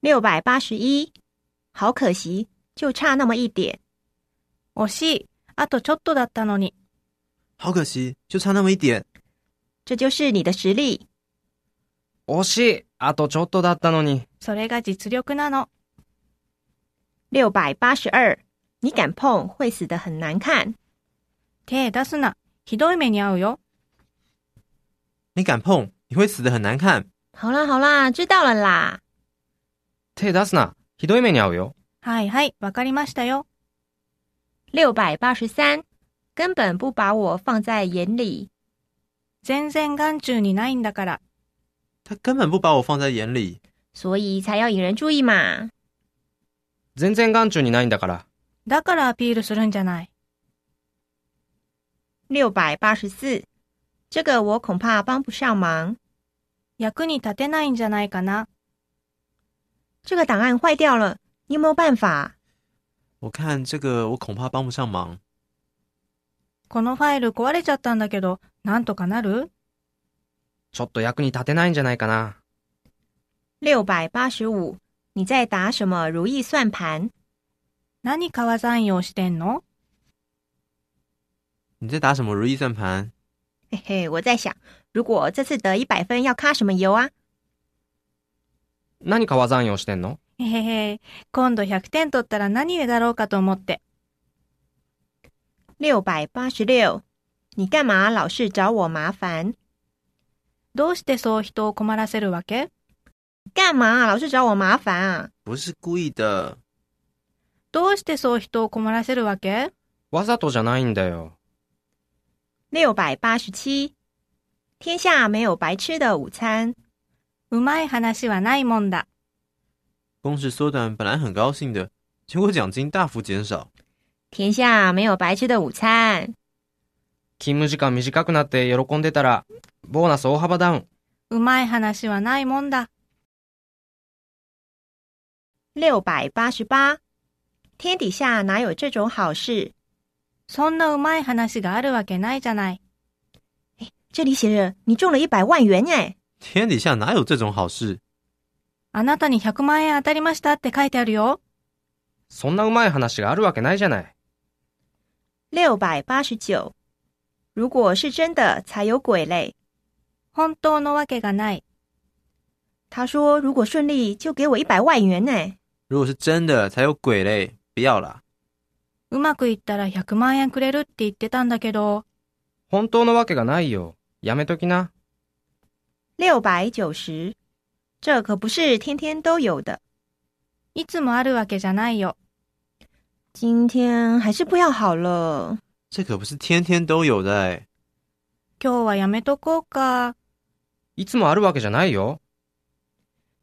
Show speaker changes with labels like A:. A: 六百八十一。好可惜，就差那么一点。
B: 惜しい。あとちょっとだったのに。
C: 好可惜，就差那么一点。
A: 这就是你的实力。
D: 惜しい。あとちょっとだったのに。
B: それが実力なの。
A: 六百八十二，你敢碰会死的很难看。
B: 手出すな。ひどい目に遭うよ。
C: 你敢碰，你会死的很难看。
A: 好啦好啦，知道了啦。
D: 手出すな。ひどい目に遭うよ。
B: はいはい、わかりましたよ。
A: 六百八十三，根本不把我放在眼里。
B: 全然眼中にないんだから。
C: 他根本不把我放在眼里。
A: 所以才要引人注意嘛。
D: 全然眼中にないんだから。
B: だからアピールするんじゃない。
A: 六百八十四，这个我恐怕帮不上忙。
B: 役に立てないんじゃないかな。
A: 这个档案坏掉了，你有没有办法？
C: 我看这个，我恐怕帮不上忙。
B: このファイル壊れちゃったんだけど、なんとかなる
D: ちょっと役に立てないんじゃないかな。
A: 六百八十五，你在打什么如意算盘？
B: 何川山用してんの
C: 你在打什么如意算盘？
A: 嘿嘿，我在想，如果这次得一百分，要揩什么油啊？
D: 何川山用してんの
B: へへへ、今度100点取ったら何だろうかと思って。
A: 六百八十六，你干嘛老是找我麻烦？
B: どうしてそう人を困らせるわけ
A: 干嘛老是找我麻烦啊？
C: 不是故意的。
B: どうしてそう人を困らせるわけ
D: わざとじゃないんだよ。
A: 六百八十七，天下没有白吃的午餐。
B: うまい話はないもんだ。
C: 工时缩短本来很高兴的，结果奖金大幅减少。
A: 天下没有白吃的午餐。
D: 勤務時間短くなって喜んでたら、ボーナス大幅ダウン。
B: うまい話はないもんだ。
A: 六百八十八，天底下哪有这种好事？
B: そんなうまい話があるわけないじゃない。
A: 这里写着你中了一百万元哎！
C: 天底下哪有这种好事？
B: あなたに100万円当たりましたって書いてあるよ。
D: そんなうまい話があるわけないじゃない。
A: 六百八十九，如果是真的才有鬼嘞。
B: 本当のわけがない。
A: 他说如果顺利就给我一百万元哎！
C: 如果是真的，才有鬼嘞！不要啦，
B: うまくいったら100万円くれるって言ってたんだけど、
D: 本当のわけがないよ。やめときな。
A: 六百九十，这可不是天天都有的。
B: いつもあるわけじゃないよ。
A: 今天还是不要好了。
C: 这可不是天天都有的哎。
B: 今日はやめとこうか。
D: いつもあるわけじゃないよ。